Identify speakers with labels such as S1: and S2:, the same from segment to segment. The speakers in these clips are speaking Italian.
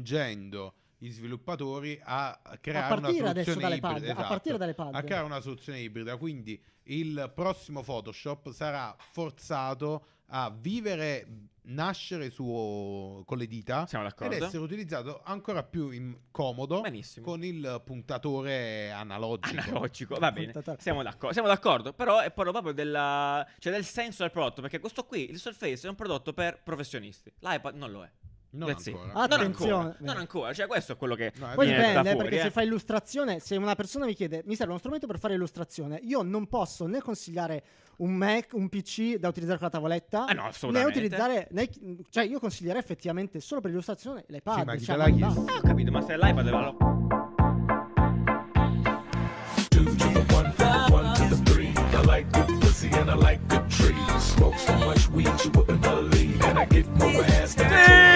S1: costringendo gli sviluppatori a creare
S2: A partire
S1: una
S2: adesso
S1: soluzione ibrida,
S2: dalle pad, a
S1: esatto,
S2: partire dalle pad.
S1: a creare una soluzione ibrida. Quindi il prossimo Photoshop sarà forzato a vivere, nascere su, con le dita
S3: Siamo
S1: ed
S3: d'accordo?
S1: essere utilizzato ancora più in- comodo
S3: Benissimo.
S1: con il puntatore analogico.
S3: Analogico, va bene.
S2: Puntata-
S3: Siamo d'accordo, siamo d'accordo, però è parlo proprio della, cioè del senso del prodotto, perché questo qui, il Surface, è un prodotto per professionisti. L'iPad non lo è.
S1: Non
S3: That's it.
S1: ancora.
S2: Ah,
S3: Non ancora,
S2: Attenzione.
S3: non ancora, cioè questo è quello che
S1: eh. No, è
S2: Poi
S1: vero.
S3: viene da
S2: dipende, eh,
S3: fuori,
S2: perché
S3: eh.
S2: se fai illustrazione, se una persona mi chiede mi serve uno strumento per fare illustrazione, io non posso né consigliare un Mac, un PC da utilizzare con la tavoletta,
S3: Ah, no,
S2: né
S3: assolutamente.
S2: utilizzare, né- cioè io consiglierei effettivamente solo per illustrazione l'iPad.
S1: Sì, ma chi
S2: cioè,
S1: te l'ha
S2: ma-
S1: chiesto?
S3: Eh, ho capito, ma se è l'iPad va lo-
S4: Two to the one, from one to the three. I like good pussy and I like good trees. Smoke so much weed you wouldn't believe, and I get more ass than a toy.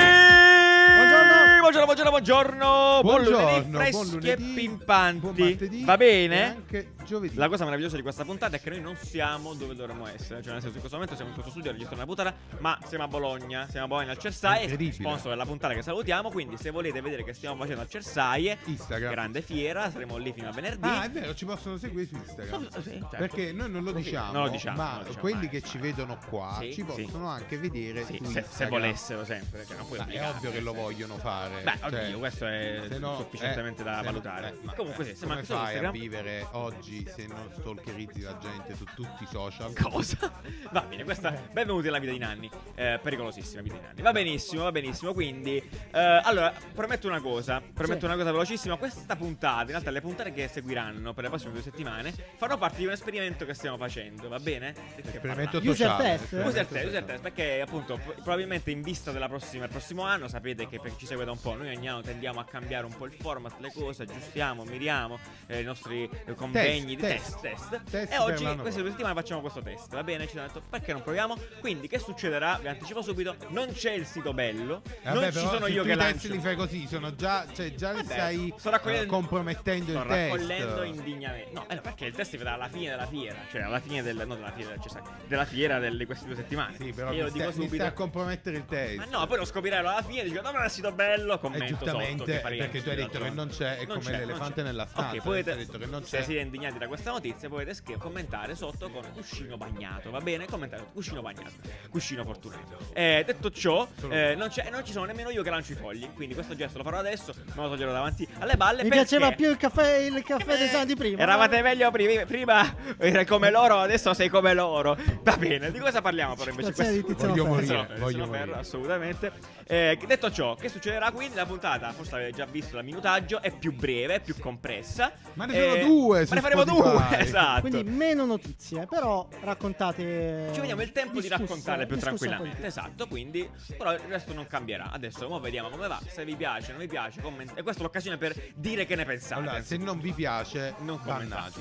S3: Buongiorno, buongiorno, buongiorno, buongiorno. Buon lunedì,
S1: Buongiorno,
S3: freschi
S1: buon lunedì,
S3: e
S1: buon
S3: pimpanti.
S1: martedì Eh?
S3: Va
S1: e
S3: bene?
S1: anche giovedì.
S3: La cosa meravigliosa di questa puntata è che noi non siamo dove dovremmo essere. Cioè, nel senso, in questo momento siamo in questo studio a registrare una puntata, ma siamo a Bologna, siamo a Bologna al Cersaie,
S1: Incredibile.
S3: sponsor della puntata che salutiamo. Quindi, se volete vedere che stiamo facendo al Cersaie,
S1: Instagram.
S3: grande fiera, saremo lì fino a venerdì.
S1: Ah, è vero, ci possono seguire su Instagram.
S3: Sì, certo.
S1: Perché noi non lo
S3: Sì,
S1: diciamo,
S3: non lo diciamo,
S1: ma
S3: non lo diciamo
S1: quelli
S3: mai,
S1: che
S3: mai.
S1: ci vedono qua
S3: Sì,
S1: ci
S3: sì.
S1: possono anche vedere
S3: Sì,
S1: su
S3: se, se
S1: Instagram.
S3: volessero sempre, perché non puoi
S1: Ma è
S3: obbligarli.
S1: ovvio che lo vogliono fare.
S3: Beh,
S1: cioè,
S3: oddio, questo è
S1: se no-
S3: sufficientemente
S1: eh,
S3: da
S1: se no-
S3: valutare.
S1: eh, ma-
S3: Comunque, sì, siamo
S1: come
S3: anche su
S1: fai
S3: Instagram.
S1: a vivere oggi se non stalkerizzi la gente su tutti i social?
S3: Cosa? Va bene, questa. Benvenuti alla vita di Nanni. Eh, pericolosissima vita di Nanni. Va benissimo, va benissimo. Quindi, eh, allora, prometto una cosa. Prometto
S2: Sì.
S3: una cosa velocissima. Questa puntata, in realtà, le puntate che seguiranno per le prossime due settimane, faranno parte di un esperimento che stiamo facendo, va bene? Perché
S1: Esperimento
S3: parlare.
S2: User
S1: sociale.
S2: test, eh?
S1: esperimento
S3: User test, user
S1: sociale.
S3: test, perché appunto pro- probabilmente in vista della prossima, il prossimo anno sapete che per chi ci segue da un po', noi ogni anno tendiamo a cambiare un po' il format, le cose, aggiustiamo, miriamo eh, i nostri eh, convegni di
S1: test,
S3: test, test,
S1: test
S3: E
S1: per
S3: oggi,
S1: l'anno
S3: queste due settimane facciamo questo test, va bene? Ci hanno detto perché non proviamo? Quindi che succederà? Vi anticipo subito, non c'è il sito bello,
S1: Eh,
S3: non
S1: vabbè,
S3: ci
S1: però
S3: sono
S1: se
S3: io
S1: tu
S3: che
S1: i test
S3: lancio.
S1: li fai così, sono già, cioè, già li
S3: Vabbè,
S1: stai
S3: sto raccogliendo-
S1: eh, compromettendo
S3: sto
S1: il test.
S3: raccogliendo indignamente. No, eh no, perché il test si vedrà alla fine della fiera, cioè alla fine del, non della fiera, cioè, sai, della fiera del- di queste due settimane.
S1: Sì, però
S3: Io
S1: mi
S3: lo
S1: stai,
S3: dico
S1: mi stai
S3: subito.
S1: a compromettere il test.
S3: Ma no, poi lo scopriranno alla fine e dicono, no, ma è un sito bello,
S1: E
S3: commento sotto
S1: Eh, giustamente,
S3: che fa rientrare
S1: perché tu hai detto che
S3: d'altronde.
S1: non c'è, è
S3: Non
S1: come
S3: c'è, non
S1: l'elefante
S3: c'è.
S1: nella stanza.
S3: Ok,
S1: nel senso,
S3: potete,
S1: hai detto che non
S3: se
S1: c'è.
S3: siete indignati da questa notizia, potete scrivere, commentare sotto con cuscino bagnato, va bene? Commentate sotto, cuscino bagnato, cuscino fortunato. Eh, detto ciò,
S1: Solo
S3: eh, non, c'è- non ci sono nemmeno io che lancio i fogli, quindi questo gesto lo farò adesso, me lo toglierò davanti alle balle.
S2: Mi
S3: perché-
S2: piaceva più il caffè, il caffè dei Sani di prima.
S3: Eh,
S2: eh.
S3: Eravate meglio pri- prima, eri come loro, adesso sei come loro. Va bene, di cosa parliamo però invece?
S2: Citazione
S3: Questo-
S2: di Tiziano
S1: Voglio
S2: Ferro.
S1: morire.
S3: Sono Ferro, sono Ferro,
S1: morire.
S3: assolutamente. Eh, che- detto ciò, che succederà quindi? La puntata, forse avete già visto la minutaggio, è più breve, è più compressa.
S1: Ma ne sono due su
S3: Ma ne faremo
S1: Spotify.
S3: due, esatto.
S2: Quindi meno notizie, però raccontate.
S3: ci vediamo il tempo di
S2: discussione-
S3: raccontarle più
S2: discussione
S3: tranquillamente.
S2: politica.
S3: Esatto, quindi. Però il resto non cambierà. Adesso mo vediamo come va. Se vi piace, non vi piace, commentate. E questa è l'occasione per dire che ne pensate.
S1: Allora, se non vi piace,
S3: eh, non commentate.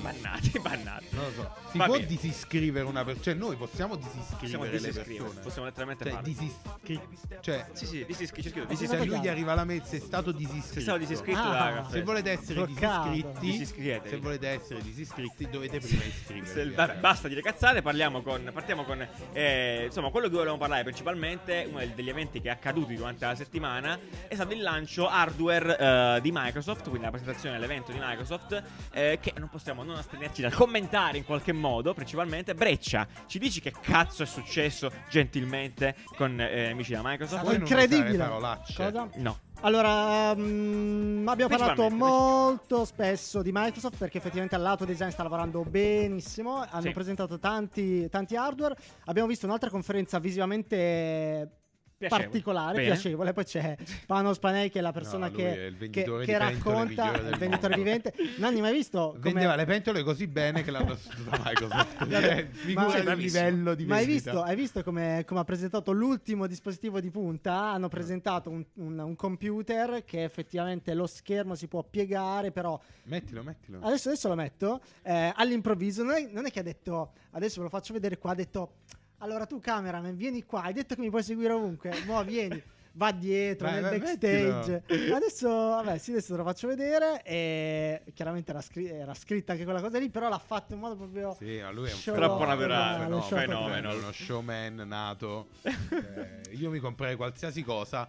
S1: bannati.
S3: Bannati, bannati.
S1: Non lo so. Si
S3: Va
S1: può
S3: bene.
S1: disiscrivere una persona. Cioè, noi possiamo
S3: Possiamo
S1: disiscrivere le
S3: disiscrivere.
S1: persone.
S3: Possiamo letteralmente
S1: Cioè,
S3: farlo.
S1: disiscri- Cioè,
S3: Sì, sì, disiscri- c'è scritto
S1: se
S2: Sì, sì,
S3: disiscrivere.
S1: lui
S2: sì.
S1: gli arriva la mail, sei stato disiscritto.
S3: Sei stato disiscritto
S2: Ah.
S3: da
S1: Se volete essere
S2: Bloccato.
S3: Disiscrivetevi.
S1: disiscritti, se volete essere disiscritti, dovete prima iscrivervi.
S3: Se-
S1: eh,
S3: vabbè,
S1: ragazzi.
S3: basta dire cazzate, parliamo con, partiamo con eh, insomma, quello che volevamo parlare principalmente, uno del- degli eventi che è accaduto durante la settimana, è stato il lancio hardware eh, di Microsoft, quindi la presentazione all'evento di Microsoft, eh, che non possiamo non astenerci dal commentare in qualche modo, principalmente. Breccia, ci dici che cazzo è successo gentilmente con eh, amici da Microsoft?
S1: Voi non
S2: Incredibile.
S1: usare parolacce.
S2: Cosa?
S3: No.
S2: Allora, mm, abbiamo parlato
S3: Principalmente,
S2: molto spesso di Microsoft perché effettivamente all'auto design sta lavorando benissimo, hanno
S3: Sì.
S2: presentato tanti, tanti hardware, abbiamo visto un'altra conferenza visivamente
S3: Piacevole.
S2: particolare,
S3: Bene.
S2: piacevole, poi c'è Panos Panay che è la persona
S1: No, lui
S2: che,
S1: è il
S2: che-
S1: venditore
S2: che
S1: di pentole
S2: racconta
S1: migliore del
S2: il venditore
S1: mondo.
S2: vivente. Nanni, mai visto? come-
S1: Vendeva le pentole così bene che l'hanno assunta Microsoft. Cioè, Figura il
S3: bravissimo.
S1: livello di
S2: Ma hai
S1: vendita.
S2: visto, eh? hai visto come, come ha presentato l'ultimo dispositivo di punta? Hanno presentato un, un- un computer che effettivamente lo schermo si può piegare, però
S1: Mettilo, mettilo.
S2: adesso, adesso lo metto. eh, all'improvviso, non è, non è che ha detto, adesso ve lo faccio vedere qua, ha detto, allora tu cameraman vieni qua, hai detto che mi puoi seguire ovunque, mo vieni. Va dietro
S1: Vai,
S2: nel
S1: vai,
S2: backstage. Adesso, vabbè, sì, adesso te lo faccio vedere. E chiaramente era, scri- era scritta anche quella cosa lì, però l'ha fatto in modo proprio.
S1: Sì, ma lui è un
S2: Show
S3: Troppo
S1: fenomeno,
S3: naturale,
S1: un
S3: show
S1: fenomeno,
S3: naturale.
S1: uno showman nato. Eh, io mi comprerei qualsiasi cosa.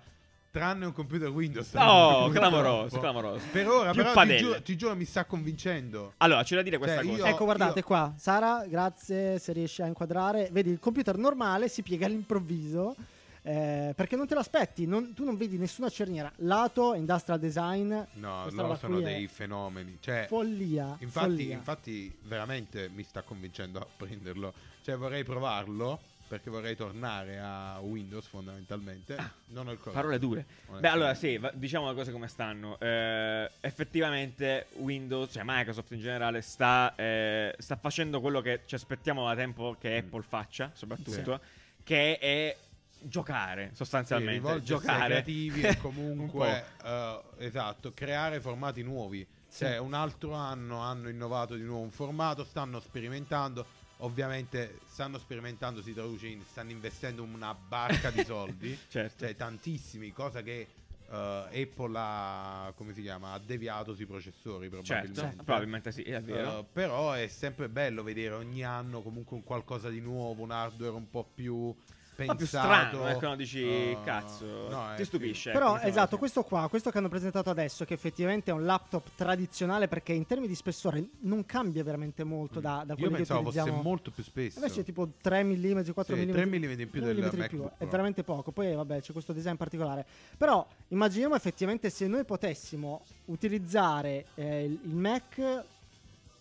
S1: tranne un computer Windows.
S3: No,
S1: Purtroppo.
S3: Oh, clamoroso, clamoroso.
S1: Per ora,
S3: Più
S1: però, ti
S3: padelle.
S1: giuro, ti giuro, mi sta convincendo.
S3: Allora, c'è da dire questa
S1: Cioè,
S3: cosa.
S1: io-
S2: ecco, guardate
S1: io-
S2: qua. Sara, grazie se riesci a inquadrare. Vedi, il computer normale si piega all'improvviso. eh, perché non te l'aspetti, non- tu non vedi nessuna cerniera. Lato, industrial design.
S1: No,
S2: questa
S1: loro
S2: roba
S1: sono
S2: qui è
S1: dei fenomeni. Cioè,
S2: Follia.
S1: infatti,
S2: follia.
S1: infatti, veramente mi sta convincendo a prenderlo. Cioè, vorrei provarlo perché vorrei tornare a Windows fondamentalmente. Non ho il coraggio.
S3: Ah, Parole dure.
S1: onestamente.
S3: Beh, allora sì, va- diciamo le cose come stanno. Eh, effettivamente Windows, cioè Microsoft in generale, sta, eh, sta facendo quello che ci aspettiamo da tempo che
S1: Mm.
S3: Apple faccia, soprattutto, che è giocare,
S1: Sì,
S3: sostanzialmente.
S1: rivolgersi ai
S3: giocare.
S1: creativi e
S3: Un
S1: comunque eh, esatto, creare formati nuovi. Cioè, un altro anno hanno innovato di nuovo un formato, stanno sperimentando. Ovviamente stanno sperimentando, si traduce in stanno investendo una barca di soldi,
S3: Certo.
S1: cioè tantissimi, cosa che eh, Apple ha, come si chiama, ha deviato sui processori probabilmente.
S3: Certo, probabilmente sì, è vero.
S1: Eh, però è sempre bello vedere ogni anno comunque un qualcosa di nuovo, un hardware un po' più pensato.
S3: Ma più strano, ecco, no, dici,
S1: Eh,
S3: cazzo,
S1: no, è
S3: ti
S1: più-
S3: stupisce. ecco,
S1: eh,
S2: Però
S3: diciamo
S2: esatto,
S3: così.
S2: questo qua, questo che hanno presentato adesso, che effettivamente è un laptop tradizionale perché in termini di spessore non cambia veramente molto da, da
S1: Mm. Io
S2: quello che
S1: pensavo fosse
S2: utilizziamo.
S1: molto più spesso.
S2: Adesso è tipo 3 mm, 4
S1: Sì,
S2: mm.
S1: 3 mm in più del MacBook
S2: È
S1: Pro.
S2: veramente poco. Poi vabbè, c'è questo design particolare. Però immaginiamo effettivamente se noi potessimo utilizzare eh, il il Mac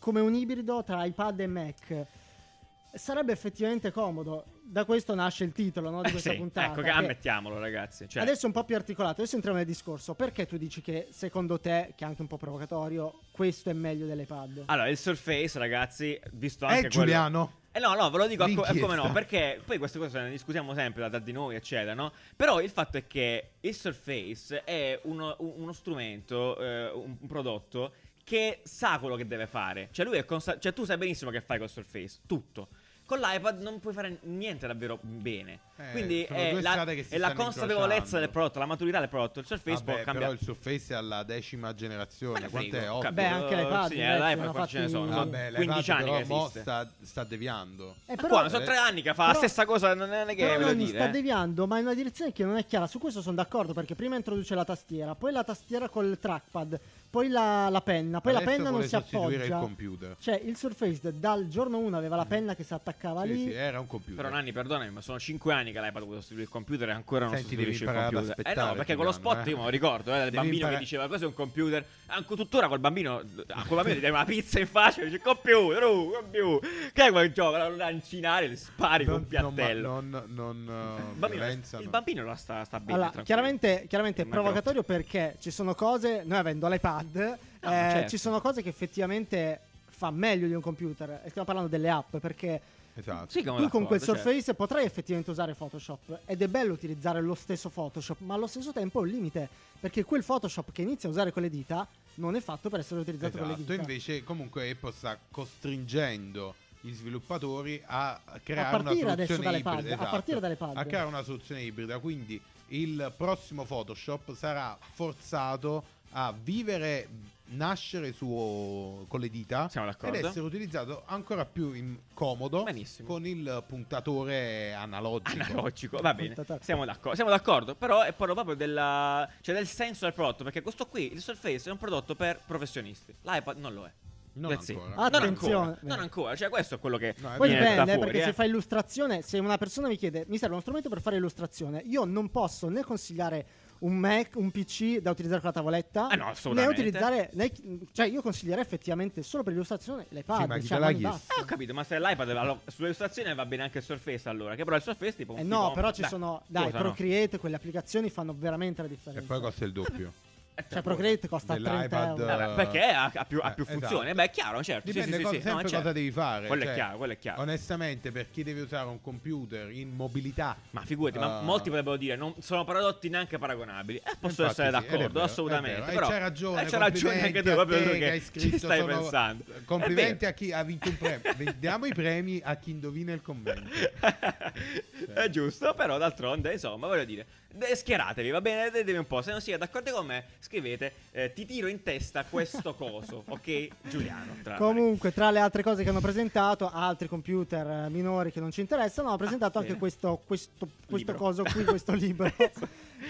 S2: come un ibrido tra iPad e Mac. Sarebbe effettivamente comodo. Da questo nasce il titolo no, di
S3: Eh,
S2: questa
S3: sì,
S2: puntata.
S3: Ecco, che-
S2: che-
S3: ammettiamolo, ragazzi. Cioè,
S2: Adesso è un po' più articolato, adesso entriamo nel discorso. Perché tu dici che secondo te, che è anche un po' provocatorio, questo è meglio dell'iPad?
S3: Allora, il Surface, ragazzi, visto
S1: Eh,
S3: anche quello-
S1: Giuliano.
S3: Eh no, no, ve lo dico a co- a come no,
S1: L'inchiesta.
S3: perché poi queste cose ne discutiamo sempre da, da di noi, eccetera, no? Però il fatto è che il Surface è uno, un- uno strumento, eh, un, un prodotto che sa quello che deve fare. Cioè, lui è consa- cioè tu sai benissimo che fai col Surface, tutto. Con l'iPad non puoi fare niente davvero bene.
S1: Eh,
S3: Quindi
S1: sono
S3: è
S1: due
S3: la,
S1: strade che si
S3: è la
S1: stanno
S3: consapevolezza
S1: incrociando.
S3: del prodotto, la maturità del prodotto. Il Surface
S1: Vabbè,
S3: può
S1: però
S3: cambiare.
S1: il Surface è alla decima
S3: Ma
S1: generazione.
S3: ne
S1: Quant'è?
S3: frego,
S1: Otto?
S3: cap-
S2: Beh, anche l'iPad,
S3: Sì, eh,
S2: dai,
S3: l'iPad
S2: sono
S3: quanti ce ne
S2: fatti-
S3: sono? Sono
S1: Vabbè,
S3: 15
S1: l'iPad
S3: anni che
S1: però mo
S3: esiste.
S1: sta, sta deviando.
S2: Eh,
S3: Ma
S2: però-
S3: ah, qua sono tre anni che fa la
S2: però-
S3: stessa cosa, non è che
S2: Però
S3: ve lo
S2: non
S3: dire.
S2: sta
S3: eh.
S2: deviando, ma in una direzione che non è chiara. Su questo sono d'accordo perché prima introduce la tastiera, poi la tastiera col trackpad, poi la, la penna, poi
S1: Adesso
S2: la penna non
S1: vuole
S2: si
S1: sostituire il
S2: appoggia.
S1: computer.
S2: Cioè, il Surface dal giorno 1 aveva la penna che si attaccava
S1: Sì, eh,
S2: lì.
S1: sì, era un computer.
S3: Però Nanni, perdonami, ma sono 5 anni che l'iPad vuole sostituire il computer e ancora non
S1: Senti,
S3: sostituisce
S1: devi
S3: il
S1: imparare ad
S3: computer. Eh no,
S1: aspettare,
S3: perché con lo
S1: Giuliano,
S3: spot
S1: eh.
S3: io me lo ricordo, eh, del
S1: Devi
S3: bambino
S1: imparare-
S3: che diceva cos'è un computer. Anche tuttora col bambino, a quel bambino gli dai una pizza in faccia e dice computer, uh, computer. Che è quel gioco? Lo lancinare, gli spari con un piattello.
S1: Non, non, non, eh,
S3: il, bambino,
S1: violenza,
S3: il
S1: no.
S3: bambino la sta, sta bene.
S2: Allora,
S3: tranquillo.
S2: chiaramente, chiaramente è
S3: Non è brutto.
S2: provocatorio perché ci sono cose, noi avendo l'iPad,
S3: No,
S2: eh,
S3: certo.
S2: ci sono cose che effettivamente fa meglio di un computer. E stiamo parlando delle app perché
S1: Esatto.
S3: Sì, che me
S2: tu con
S3: l'accordo,
S2: quel
S3: certo.
S2: Surface potrai effettivamente usare Photoshop ed è bello utilizzare lo stesso Photoshop, ma allo stesso tempo è un limite perché quel Photoshop che inizia a usare con le dita non è fatto per essere utilizzato con le
S1: Esatto,
S2: dita.
S1: invece comunque Apple sta costringendo gli sviluppatori a creare una
S2: partire
S1: soluzione
S2: adesso dalle
S1: ibrida,
S2: pad, a
S1: esatto,
S2: partire dalle pad.
S1: a creare una soluzione ibrida, quindi il prossimo Photoshop sarà forzato a vivere nascere su con le dita
S3: Siamo
S1: ed
S3: d'accordo.
S1: essere utilizzato ancora più in- comodo
S3: Benissimo.
S1: con il puntatore analogico.
S3: analogico, va bene.
S2: Puntata-
S3: Siamo d'accordo, siamo d'accordo, però è parlo proprio della, cioè del senso del prodotto, perché questo qui, il Surface è un prodotto per professionisti. L'iPad non lo è.
S1: Non
S3: That's it.
S1: ancora.
S3: Non
S2: Ah, Attenzione.
S3: ancora, non ancora, cioè questo è quello che
S1: No, è
S2: Poi
S1: vero.
S3: viene da
S2: dipende,
S3: fuori,
S2: perché
S3: eh.
S2: se fai illustrazione, se una persona mi chiede mi serve uno strumento per fare illustrazione, io non posso né consigliare un Mac, un PC da utilizzare con la tavoletta,
S3: Ah, no,
S2: né
S3: assolutamente.
S2: utilizzare, né- cioè io consiglierei effettivamente solo per illustrazione l'iPad,
S1: Sì, ma chi
S2: cioè,
S1: te l'ha
S2: mani
S1: chiesto?
S2: basse.
S3: Eh, ho capito, ma se l'iPad allora, sulle illustrazioni va bene anche il Surface allora, che però il Surface tipo un
S2: Eh
S3: tipo-
S2: no, però ci
S3: dai,
S2: sono, dai,
S3: cosa no?
S2: Procreate, quelle applicazioni fanno veramente la differenza.
S1: E poi costa il doppio.
S3: Eh,
S2: Cioè,
S3: per
S2: Procreate costa 30
S1: dell'iPad,
S2: euro.
S1: eh,
S3: Vabbè, perché ha, ha più, ha
S1: Eh,
S3: più
S1: esatto.
S3: funzioni? Beh, è chiaro, certo. Sì,
S1: Dipende
S3: sì, sì,
S1: cosa-
S3: sì. No,
S1: sempre
S3: certo.
S1: cosa devi fare.
S3: Quello è
S1: cioè,
S3: chiaro, quello è chiaro.
S1: Onestamente, per chi deve usare un computer in mobilità,
S3: Ma figurati, ma
S1: Ah.
S3: molti potrebbero dire non sono prodotti neanche paragonabili. Eh, posso
S1: Infatti
S3: essere
S1: sì, ed è
S3: d'accordo,
S1: vero,
S3: assolutamente.
S1: è vero. E
S3: Però,
S1: c'hai ragione,
S3: eh, c'hai ragione anche tu,
S1: complimenti a
S3: proprio
S1: te
S3: tu
S1: che
S3: che
S1: hai
S3: ci
S1: scritto,
S3: stai
S1: sono- eh,
S3: pensando. È
S1: complimenti
S3: vero.
S1: a chi ha vinto un premio. Diamo i premi a chi indovina il commento. Cioè.
S3: è giusto, però d'altronde, insomma, voglio dire, de- schieratevi, va bene? Detevi un po'. Se non siete d'accordo con me, scrivete, eh, ti tiro in testa questo coso, ok? Giuliano. Tra
S2: Comunque, tra le altre cose che hanno presentato, altri computer eh, minori che non ci interessano, hanno presentato anche
S3: bene.
S2: questo, questo, questo
S3: Ah, Libro.
S2: coso qui, questo libro.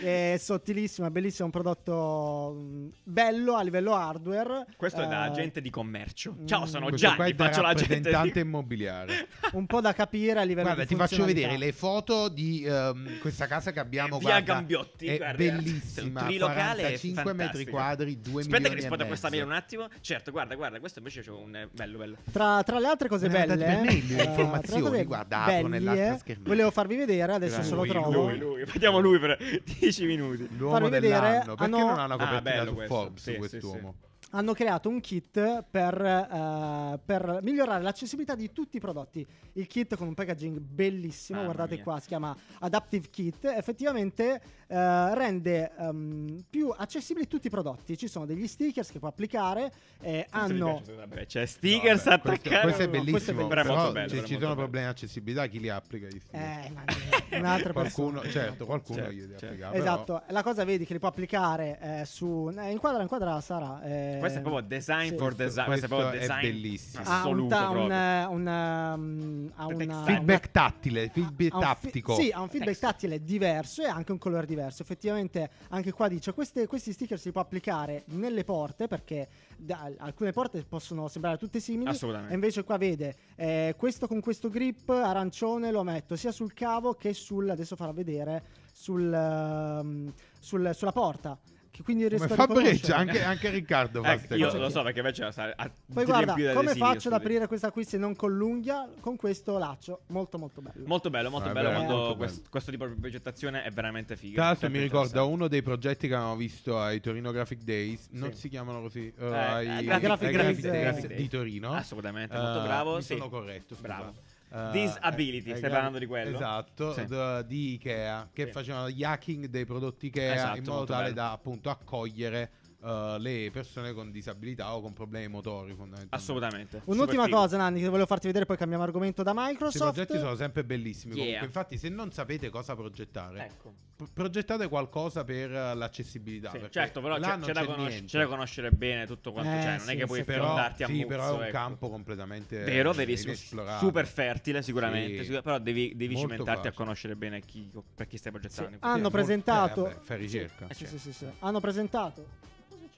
S2: È sottilissima, bellissima, un prodotto mh, bello a livello hardware.
S3: Questo è da
S2: Eh,
S3: agente di commercio.
S2: mm,
S3: Ciao, sono
S1: Ah. Questo qua
S3: Gianni,
S1: è da
S3: faccio l'agente
S1: rappresentante
S3: di...
S1: immobiliare.
S2: Un po' da capire a livello
S1: Guarda,
S2: di
S1: ti faccio
S2: funzionalità.
S1: vedere le foto di ehm, questa casa che abbiamo.
S3: Via
S1: guarda,
S3: Gambiotti,
S1: è
S3: guarda,
S1: bellissima.
S3: il trilocale è
S1: 45 metri
S3: fantastico.
S1: quadri, 2
S3: Aspetta che
S1: milioni.
S3: rispondo a questa mail
S1: mia
S3: un attimo. Certo, guarda, guarda, questo invece c'è un eh, bello bello.
S2: Tra, tra le altre cose
S1: Me ne ha
S2: belle,
S1: date per mail le
S2: eh, tra le altre
S1: informazioni,
S2: cose
S1: guarda, apro nell'altra
S2: eh,
S1: schermata.
S2: volevo farvi vedere, adesso se lo
S1: Lui,
S2: trovo.
S3: Ah, Lui, lui, vediamo lui per 10 minuti.
S1: L'uomo
S2: Farvi vedere,
S1: dell'anno. Perché
S2: hanno-
S1: non ha una
S3: Ah,
S1: copertina
S3: bello
S1: su
S3: questo,
S1: Forbes
S3: sì, sì,
S1: quest'uomo?
S2: Hanno creato un kit per, eh, per migliorare l'accessibilità di tutti i prodotti. Il kit con un packaging bellissimo,
S3: Mamma
S2: guardate
S3: mia.
S2: qua, si chiama Adaptive Kit, effettivamente eh, rende ehm, più accessibili tutti i prodotti. Ci sono degli stickers che puoi applicare, eh,
S3: Questo mi
S2: hanno...
S3: piace, vabbè, c'è stickers
S1: Ah, No, vabbè, questo,
S3: attaccati.
S1: questo è
S2: no,
S1: bellissimo.
S2: questo è bellissimo.
S1: però
S3: Però è molto bello,
S1: se
S3: però è
S1: ci
S3: molto
S1: sono
S3: bello.
S1: problemi di accessibilità, chi li applica? Gli sticker?
S2: Eh, ma- un'altra
S1: qualcuno,
S2: persona.
S1: certo, qualcuno
S3: Certo,
S1: gli deve
S3: certo.
S1: applicare. però-
S2: Esatto, la cosa vedi che li può applicare eh, su... eh, inquadra, inquadra Sara. eh,
S3: Questo è proprio design
S2: sì.
S3: for design. Questo è proprio
S1: Questo è
S3: design
S1: bellissimo.
S2: ha un,
S3: assoluto.
S2: ta-
S3: proprio.
S2: un, eh, un, ehm, ha
S3: Text
S2: una-
S1: Feedback
S2: una-
S1: tattile, feedback
S2: ha Ah, un fi-
S1: tattico.
S2: sì, ha un feedback
S3: Text.
S2: tattile diverso e anche un colore diverso. Effettivamente, anche qua dice: queste- questi sticker si può applicare nelle porte perché da- alcune porte possono sembrare tutte simili. E
S3: Assolutamente.
S2: invece qua vede eh, questo con questo grip arancione lo metto sia sul cavo che sul adesso farò vedere sul, ehm, sul- sulla porta. Che quindi
S1: Come
S2: riesco a
S1: fa Breccia,
S2: riconoscere.
S1: anche, anche Riccardo fa
S3: Ecco,
S1: ste
S3: io
S1: cose.
S3: lo so perché invece sta a
S2: Poi
S3: ti
S2: guarda,
S3: riempire di
S2: come
S3: adesivi,
S2: faccio ad
S3: scusate.
S2: aprire questa qui se non con l'unghia? Con questo laccio, molto molto bello.
S3: Molto bello, molto
S1: Ah, è
S3: bello
S1: vero,
S3: quando
S1: molto
S3: quest-
S1: bello.
S3: questo tipo di progettazione è veramente figo.
S1: Tra l'altro mi
S3: Sempre
S1: ricorda
S3: interessante.
S1: uno dei progetti che avevamo visto ai Torino Graphic Days, non
S3: Sì.
S1: si chiamano così, eh,
S3: Eh,
S1: ai,
S3: eh,
S1: ai
S2: Graphic
S1: Graphic
S2: Days,
S1: Days
S2: Graphic
S1: di Torino.
S3: Assolutamente,
S1: Eh,
S3: molto bravo.
S1: mi
S3: sì.
S1: sono corretto, scusa.
S3: Bravo.
S1: Eh,
S3: Disability,
S1: eh,
S3: stai
S1: eh,
S3: parlando di quello?
S1: Esatto,
S3: Sì.
S1: d- di Ikea, che
S3: Sì.
S1: facevano gli hacking dei prodotti Ikea
S3: Esatto,
S1: in modo
S3: molto
S1: tale
S3: bello.
S1: da appunto accogliere eh, le persone con disabilità o con problemi motori fondamentalmente.
S3: Assolutamente.
S2: Un'ultima
S3: Super figo.
S2: cosa, Nanni, che volevo farti vedere, poi cambiamo argomento da
S1: Questi
S2: Microsoft.
S1: progetti sono sempre bellissimi.
S3: Yeah.
S1: Comunque, infatti, se non sapete cosa progettare,
S3: Ecco.
S1: pro- progettate qualcosa per eh, l'accessibilità.
S3: Sì,
S1: perché
S3: certo, però
S1: là
S3: c'è,
S1: non
S3: c'è da conosc-
S1: niente.
S3: c'è da conoscere bene tutto quanto
S2: Eh,
S3: c'è. Non
S2: sì,
S3: è che puoi
S2: sì,
S1: però,
S3: fiondarti a
S1: sì, però è
S3: muzzo,
S1: un
S3: ecco.
S1: campo completamente
S3: Vero,
S1: eh,
S3: verissimo.
S1: inesplorato.
S3: Super fertile, sicuramente.
S1: Sì.
S3: sicur- però devi, devi
S1: Molto
S3: cimentarti a
S1: facile.
S3: conoscere bene chi, per chi stai progettando.
S2: Ah, hanno
S1: molto-
S2: presentato-
S1: eh, vabbè, fai ricerca.
S2: Sì,
S3: Cioè.
S2: sì, sì, sì. Hanno presentato.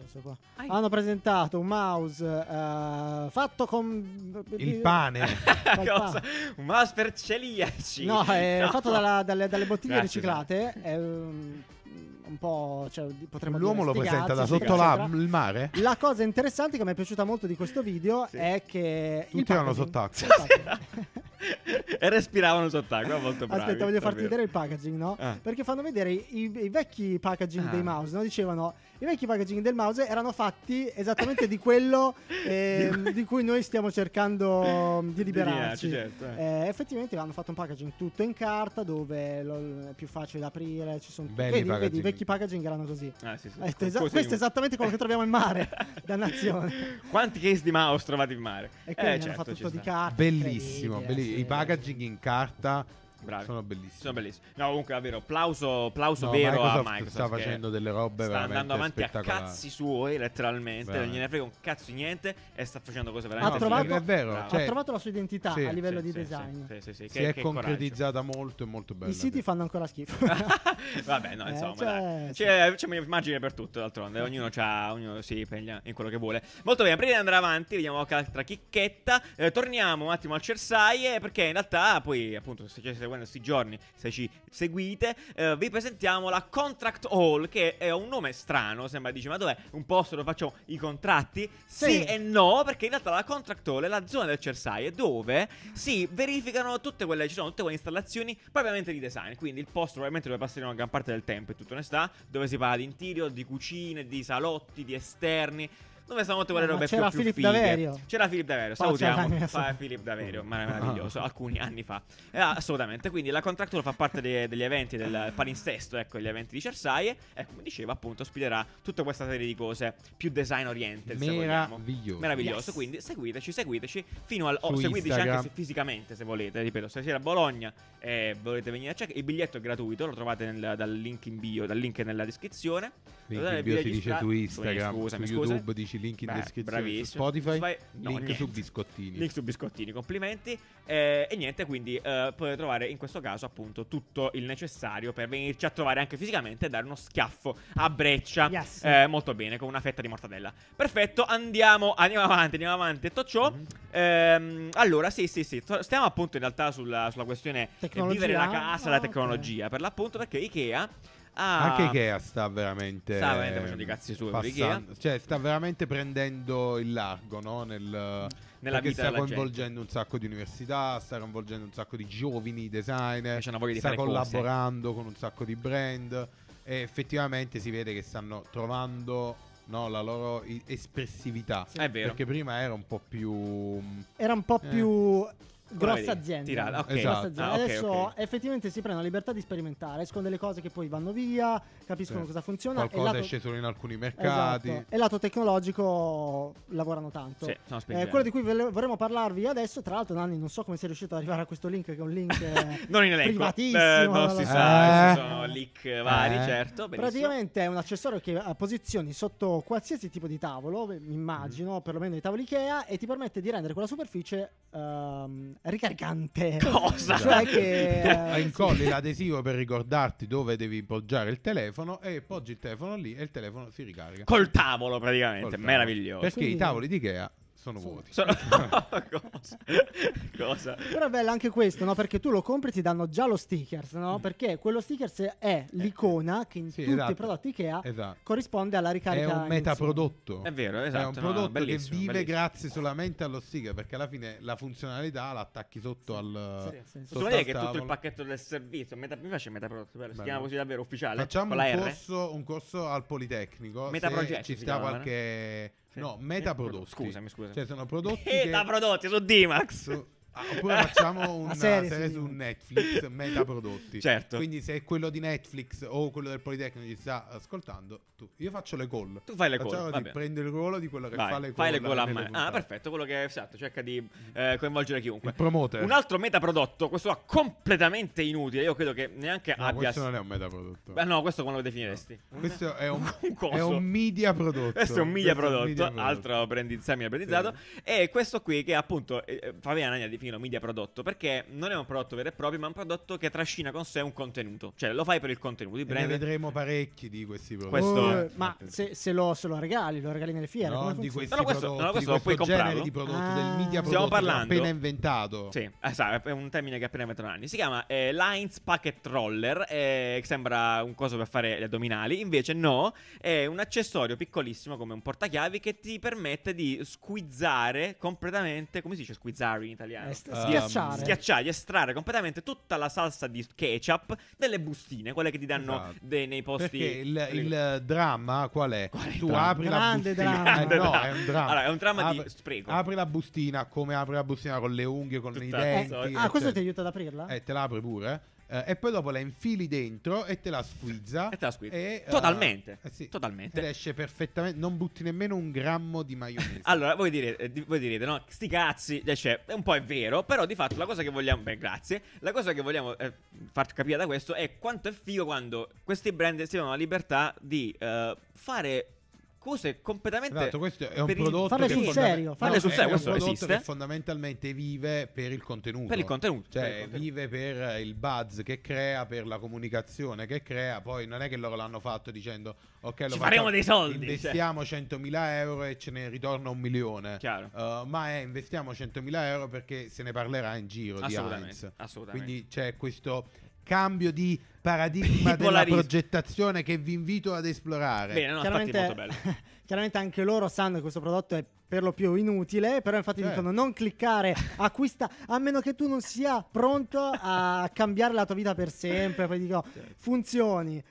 S2: Cosa è successo qua?
S3: Ai.
S2: Hanno presentato un mouse eh, fatto con.
S1: Il pane.
S3: Eh,
S2: Col
S3: Cosa?
S2: pane.
S3: Un mouse per celiaci.
S2: Ah, No, è fatto dalla- dalle, dalle bottiglie
S3: Grazie,
S2: riciclate. È um, un po'. Cioè, di- potremmo
S1: L'uomo lo
S2: dire sti
S1: presenta da
S2: cazzi,
S1: sotto
S2: eccetera,
S1: la-
S2: eccetera.
S1: il mare?
S2: La cosa interessante che mi è piaciuta molto di questo video
S3: Sì.
S2: è che. il
S1: Tutti erano
S2: packaging-
S1: sott'acqua.
S2: esatto.
S3: e respiravano sott'acqua. Molto bravi.
S2: Aspetta, voglio farti vedere
S3: davvero.
S2: il packaging, no?
S3: Ah.
S2: Perché fanno vedere i, i vecchi packaging
S3: Ah.
S2: dei mouse, no? Dicevano, i vecchi packaging del mouse erano fatti esattamente di quello ehm, di cui noi stiamo cercando di liberarci.
S3: Di liberarci, certo,
S2: Eh, effettivamente hanno fatto un packaging tutto in carta dove lo- è più facile da aprire, ci sono
S1: Belli
S2: vedi,
S1: packaging.
S2: vedi, i vecchi packaging erano così.
S3: Ah, sì, sì.
S2: Eh, esa-
S3: Così-
S2: questo è esattamente quello che troviamo in mare, dannazione.
S3: Quanti case di mouse trovate in mare?
S2: E quindi
S3: Eh,
S2: hanno
S3: certo,
S2: fatto
S3: ci
S2: tutto di
S3: sta.
S2: carta.
S1: Bellissimo.
S2: incredibile,
S1: belli-
S2: sì.
S1: I packaging in carta
S3: Bravi.
S1: sono bellissimi.
S3: Sono bellissimi. No, comunque, davvero, applauso, applauso
S1: No,
S3: vero
S1: Microsoft
S3: a Microsoft.
S1: sta
S3: che
S1: facendo delle robe
S3: Sta andando
S1: veramente
S3: avanti a
S1: spettacolari.
S3: cazzi suoi, letteralmente. Non
S1: Veramente.
S3: gliene frega un cazzo di niente. E sta facendo cose
S2: Ha
S3: veramente
S2: trovato-
S3: fighe.
S1: è vero,
S3: Bravo.
S1: cioè,
S2: ha trovato la sua identità
S1: sì,
S2: a livello
S3: Sì,
S2: di
S3: sì,
S2: design.
S3: sì, sì, sì,
S1: Si
S3: che-
S1: è
S3: che
S1: concretizzata molto e molto bella.
S2: I siti fanno ancora schifo.
S3: coraggio. Vabbè, no,
S2: Eh,
S3: insomma,
S2: cioè,
S3: dai. eh,
S2: sì.
S3: C'è, c'è margine per tutto, d'altronde. Ognuno, c'ha, ognuno si peglia in quello che vuole. Molto bene, prima di andare avanti, vediamo qualche altra chicchetta. Eh, torniamo un attimo al Cersaie, perché in realtà, poi, appunto, se ci state seguendo questi giorni, se ci seguite, eh, vi presentiamo la Contract Hall, che è un nome strano. Sembra dice, ma dov'è un posto dove facciamo i contratti? Sì,
S2: Sì.
S3: e no, perché in realtà la Contract Hall è la zona del Cersaie dove si verificano tutte quelle, ci sono tutte quelle installazioni propriamente di design. Quindi il posto probabilmente dove passeremo gran parte del tempo, in tutta onestà, dove si parla di interior, di cucine, di salotti, di esterni. Dove stanno tutte quelle
S2: Ma
S3: robe più,
S2: c'era
S3: più
S2: Philip
S3: fighe.
S2: Daverio.
S3: C'era Philip Daverio,
S2: Poi c'era
S3: salutiamo.
S2: Daniel
S3: Fa
S2: San-
S3: Philip Daverio, ma
S2: Ah.
S3: meraviglioso, alcuni anni fa. Eh, assolutamente, quindi la Contract Hall fa parte de- degli eventi del palinsesto, ecco, gli eventi di Cersaie e come dicevo appunto ospiterà tutta questa serie di cose più design oriented, se vogliamo.
S1: Meraviglioso.
S3: Meraviglioso,
S2: Yes.
S3: quindi seguiteci, seguiteci fino al...
S1: Su
S3: oh, seguiteci
S1: Instagram.
S3: anche se- fisicamente se volete, ripeto, se siete a Bologna e volete venire a cercare, il biglietto è gratuito, lo trovate nel- dal link in bio, dal link nella descrizione.
S1: Link
S3: Dovete
S1: in bio si
S3: registra-
S1: dice su Instagram,
S3: scusami,
S1: su
S3: scusa.
S1: YouTube dici link in
S3: Beh,
S1: descrizione su
S3: bravissimo.
S1: Spotify,
S3: Sbag- no,
S1: link
S3: niente.
S1: su biscottini.
S3: Link su biscottini, complimenti. Eh, e niente, quindi eh, potete trovare in questo caso appunto tutto il necessario per venirci a trovare anche fisicamente e dare uno schiaffo a breccia.
S2: Yes.
S3: Eh, molto bene, con una fetta di mortadella. Perfetto, andiamo, andiamo avanti, andiamo avanti. Detto ciò,
S1: Mhm.
S3: ehm, allora sì, sì, sì, to- stiamo appunto in realtà sulla, sulla questione di
S2: Tecnologia?
S3: vivere la casa, la
S2: Ah, ok.
S3: tecnologia, per l'appunto perché Ikea ha...
S1: Anche Ikea sta veramente.
S3: Ah. Sta veramente facendo i cazzi suoi per
S1: passando- Cioè, sta veramente prendendo il largo, no? Nel,
S3: Nella
S1: perché
S3: vita
S1: sta
S3: della
S1: coinvolgendo un sacco di università, sta coinvolgendo un sacco di giovani designer.
S3: Che c'hanno Cioè, voglia di
S1: sta
S3: fare cose.
S1: collaborando con un sacco di brand. E effettivamente si vede che stanno trovando no, la loro i- espressività.
S3: È vero.
S1: Perché prima era un po' più. mm,
S2: Era un po'
S1: Eh.
S2: più
S3: Come
S2: grossa
S3: dire,
S2: azienda.
S3: tirata, ok.
S1: Esatto.
S2: Grossa azienda.
S3: Ah, ok,
S2: Adesso
S3: ok.
S2: effettivamente si prende la libertà di sperimentare, escono delle cose che poi vanno via, capiscono
S1: Sì.
S2: cosa funziona. e il
S1: Qualcosa
S2: lato-
S1: esce solo in alcuni mercati.
S2: Esatto. E lato tecnologico lavorano tanto.
S3: Sì, stiamo
S2: Eh,
S3: spingendo.
S2: quello di cui vole- vorremmo parlarvi adesso, tra l'altro, Nanni, non so come sei riuscito ad arrivare a questo link, che è un link eh,
S3: Non in elenco.
S2: privatissimo.
S3: Eh, non si
S2: vabbè.
S3: sa,
S1: Eh.
S3: ci sono leak vari,
S1: Eh.
S3: certo. Benissimo.
S2: Praticamente è un accessorio che ha posizioni sotto qualsiasi tipo di tavolo, beh, mi immagino,
S1: Mm.
S2: perlomeno i tavoli Ikea, e ti permette di rendere quella superficie ehm, ricaricante.
S3: Cosa?
S2: Cioè che... eh,
S1: Eh, incolli l'adesivo per ricordarti dove devi poggiare il telefono e poggi il telefono lì e il telefono si ricarica.
S3: Col tavolo, praticamente.
S1: Col tavolo.
S3: Meraviglioso.
S1: Perché
S2: Quindi-
S1: i tavoli di Ikea sono vuoti.
S3: Sono- cosa? cosa?
S2: Però è bello anche questo, no? Perché tu lo compri e ti danno già lo sticker, no? Perché quello sticker è l'icona che in
S1: Mm. Eh, Sì,
S2: tutti
S1: esatto.
S2: i prodotti Ikea
S1: Esatto.
S2: corrisponde alla
S1: È
S2: ricarica.
S1: un metaprodotto.
S3: È vero, esatto.
S1: Oh. è un
S3: no,
S1: prodotto che vive
S3: bellissimo, bellissimo.
S1: grazie solamente allo sticker perché alla fine la funzionalità la attacchi sotto al
S2: Sì, sì, sì.
S1: sotto
S3: Posso
S1: al
S3: dire che tutto
S1: tavolo.
S3: il pacchetto del servizio, meta- mi piace Metaprodotto, bello, si
S1: Bello.
S3: chiama così davvero ufficiale?
S1: Facciamo
S3: con la
S1: un
S3: R?
S1: corso, un corso al Politecnico.
S3: Metaprogetto
S1: se ci
S3: si
S1: sta
S3: chiamava, no?
S1: qualche.
S3: Sì.
S1: No, metaprodotti.
S3: Scusami, scusami.
S1: Cioè, sono prodotti. che-
S3: Metaprodotti su D-Max.
S1: su- ah, oppure facciamo una
S2: serie,
S1: serie,
S2: sì.
S1: su Netflix, metaprodotti.
S3: Certo.
S1: Quindi se è quello di Netflix o quello del Politecnico ci sta ascoltando, tu. Io faccio le call.
S3: Tu fai le
S1: Facciamo
S3: call,
S1: di-
S3: vabbè.
S1: prendo il ruolo di quello che
S3: Vai,
S1: fa le call.
S3: fai le call a
S1: nelle
S3: mano. Ah,
S1: puntate.
S3: perfetto, quello che esatto, cerca di eh, coinvolgere chiunque.
S1: Il promoter.
S3: Un altro metaprodotto, questo qua completamente inutile, io credo che neanche
S1: No,
S3: abbia...
S1: questo non è un metaprodotto.
S3: Beh, no, questo come lo definiresti?
S1: Questo è un,
S3: Un coso.
S1: è un media prodotto.
S3: Questo è un media prodotto,
S1: media prodotto.
S3: altro brandizzato, brandizzato. E questo qui che appunto eh, eh, fa bene Nania a definirlo media prodotto perché non è un prodotto vero e proprio, ma è un prodotto che trascina con sé un contenuto. Cioè lo fai per il contenuto, il
S1: E ne
S3: brand.
S1: vedremo parecchi di questi prodotti.
S3: questo-
S2: Eh, ma se, se lo, se lo regali, lo regali nelle fiere, come
S1: No, di
S2: funziona?
S1: questi
S3: No, no, questo-
S1: prodotti,
S3: no, questo
S1: di
S3: lo puoi
S1: questo genere
S3: comprarlo.
S1: di prodotto,
S2: Ah.
S1: del media
S2: Stiamo
S1: prodotto che ho
S3: parlando-
S1: appena inventato.
S3: Sì, eh, sa, è un termine che appena mettono anni. Si chiama eh, Lines Packet Roller, eh, che sembra un coso per fare gli addominali, invece no, è un accessorio piccolissimo come un portachiavi che ti permette di squizzare completamente, come si dice squizzare in italiano?
S2: Eh, st-
S1: Ah,
S2: schiacciare.
S1: Sì.
S3: schiacciare, estrarre completamente tutta la salsa di ketchup delle bustine, quelle che ti danno
S1: Esatto.
S3: dei- nei posti.
S1: Perché il, il dramma qual è?
S3: Qual è il
S1: tu
S3: dramma?
S1: apri
S2: Grande
S1: la bustina.
S2: dramma.
S1: Eh, no,
S3: Grande
S1: è un dramma.
S3: Allora, è un dramma di
S1: Apri-
S3: spreco.
S1: Apri la bustina come apri la bustina con le unghie, con
S3: Tutta
S1: i
S3: la
S2: Eh,
S1: denti.
S3: solita.
S2: ah, questo ti
S1: eccetera.
S2: aiuta ad aprirla?
S1: Eh, te la apri pure. eh, e poi dopo la infili dentro e te la squizza.
S3: E te la squizza.
S1: eh,
S3: Totalmente.
S1: eh, sì.
S3: Totalmente.
S1: Ed esce perfettamente. Non butti nemmeno un grammo di maionese.
S3: Allora, voi direte, eh, di- voi direte, no, sti cazzi, eh, cioè, un po' è vero, però di fatto la cosa che vogliamo, beh, grazie, la cosa che vogliamo eh, farti capire da questo è quanto è figo quando questi brand si danno la libertà di eh, fare cose completamente...
S1: Esatto, questo è un
S3: per il-
S1: prodotto
S2: Farle
S1: che
S2: sul
S1: fonda-
S2: serio,
S1: no,
S2: farle
S3: sul
S1: è
S3: serio,
S1: un
S3: questo
S1: prodotto
S3: esiste.
S1: che fondamentalmente vive per il contenuto.
S3: Per il contenuto. per il
S1: Cioè,
S3: contenuto.
S1: vive per il buzz che crea, per la comunicazione che crea. Poi non è che loro l'hanno fatto dicendo: Ok, lo
S3: Ci
S1: facciamo,
S3: faremo dei soldi, cioè.
S1: Investiamo 100.000 euro e ce ne ritorna un milione.
S3: Chiaro.
S1: Uh, ma è investiamo 100.000 euro perché se ne parlerà in giro di
S3: Assolutamente,
S1: Heinz.
S3: assolutamente.
S1: Quindi c'è questo cambio di paradigma della
S3: Bipolarismo.
S1: progettazione che vi invito ad esplorare.
S3: Bene, no, infatti è molto bello.
S2: chiaramente anche loro sanno che questo prodotto è per lo più inutile, però infatti
S1: Eh.
S3: Certo.
S2: dicono non cliccare, acquista, a meno che tu non sia pronto a cambiare la tua vita per sempre. Poi dico
S3: Certo.
S2: funzioni, eh,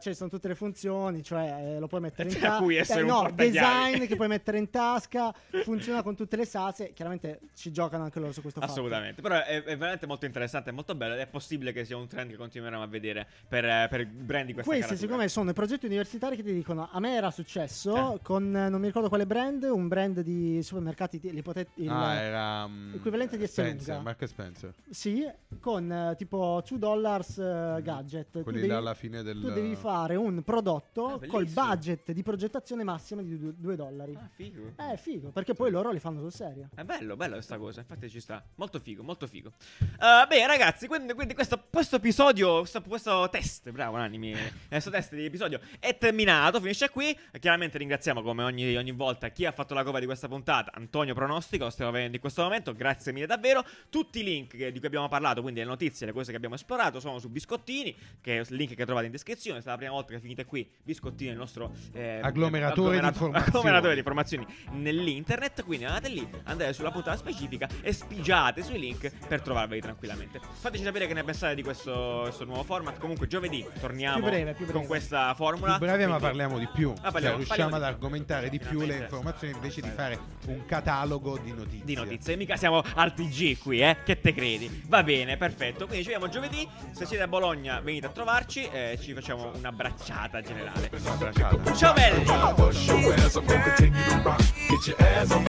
S2: cioè sono tutte le funzioni, cioè eh, lo puoi mettere in
S3: Tra
S2: tasca.
S3: cui essere un
S2: no,
S3: portachiavi.
S2: design che puoi mettere in tasca, funziona con tutte le salse, chiaramente ci giocano anche loro su questo fatto.
S3: Assolutamente, però è, è veramente molto interessante, è molto bello ed è possibile che sia un trend che continueremo a vedere per, eh, per brand di questa
S2: Questi,
S3: caratura.
S2: secondo me, sono i progetti universitari che ti dicono: A me era successo
S3: Eh.
S2: con eh, non mi ricordo quale brand, un brand di supermercati, ti- li pote- il-
S1: ah, era mm,
S2: l'equivalente di
S1: Spencer,
S2: Esselunga.
S1: Mark Spencer.
S2: Sì, con eh, tipo 2 dollars eh, gadget. Tu
S1: Mm. Quelli
S2: devi-
S1: là alla fine del
S2: Tu devi fare un
S3: Ah,
S2: prodotto col
S3: bellissimo.
S2: budget di progettazione massima di 2 dollari.
S3: Ah, figo.
S2: Eh, figo, perché poi loro li fanno sul serio.
S3: È bello, bello questa cosa, infatti ci sta. Molto figo, molto figo. Eh, bene ragazzi, quindi, quindi questo, questo episodio, questo, questo test, bravo Animi, eh, questo test di episodio è terminato, finisce qui. Chiaramente ringraziamo come ogni, ogni volta chi ha fatto la cover di questa puntata, Antonio Pronostico, lo stiamo vedendo in questo momento, grazie mille davvero. Tutti i link che- di cui abbiamo parlato, quindi le notizie, le cose che abbiamo esplorato, sono su Biscottini, che è il link che trovate in descrizione. È la prima volta che finite qui, Biscottini è il nostro
S1: Agglomeratore
S3: eh,
S1: di
S3: agglomerato-
S1: informazioni.
S3: Agglomeratore di informazioni nell'internet. Quindi andate lì, andate sulla puntata specifica e spigiate sui link per trovarveli tranquillamente. Fateci sapere che ne pensate di questo, questo nuovo format. Comunque, giovedì torniamo
S2: Più breve, più breve.
S3: con questa formula.
S1: più brevi, ma
S3: Quindi-
S1: parliamo di più.
S3: Ah, parliamo-
S1: cioè,
S3: parliamo
S1: riusciamo
S3: di
S1: ad
S3: più.
S1: argomentare di più le
S3: Finalmente.
S1: informazioni invece di fare un catalogo di notizie.
S3: di notizie. Mica siamo al TG qui, eh? Che te credi? Va bene, perfetto. Quindi ci vediamo giovedì. Se siete a Bologna, venite a trovarci e ci facciamo una bracciata generale.
S1: Abbracciate.
S3: Ciao belli!
S4: Show as I'm gonna continue to rock. Get your ass on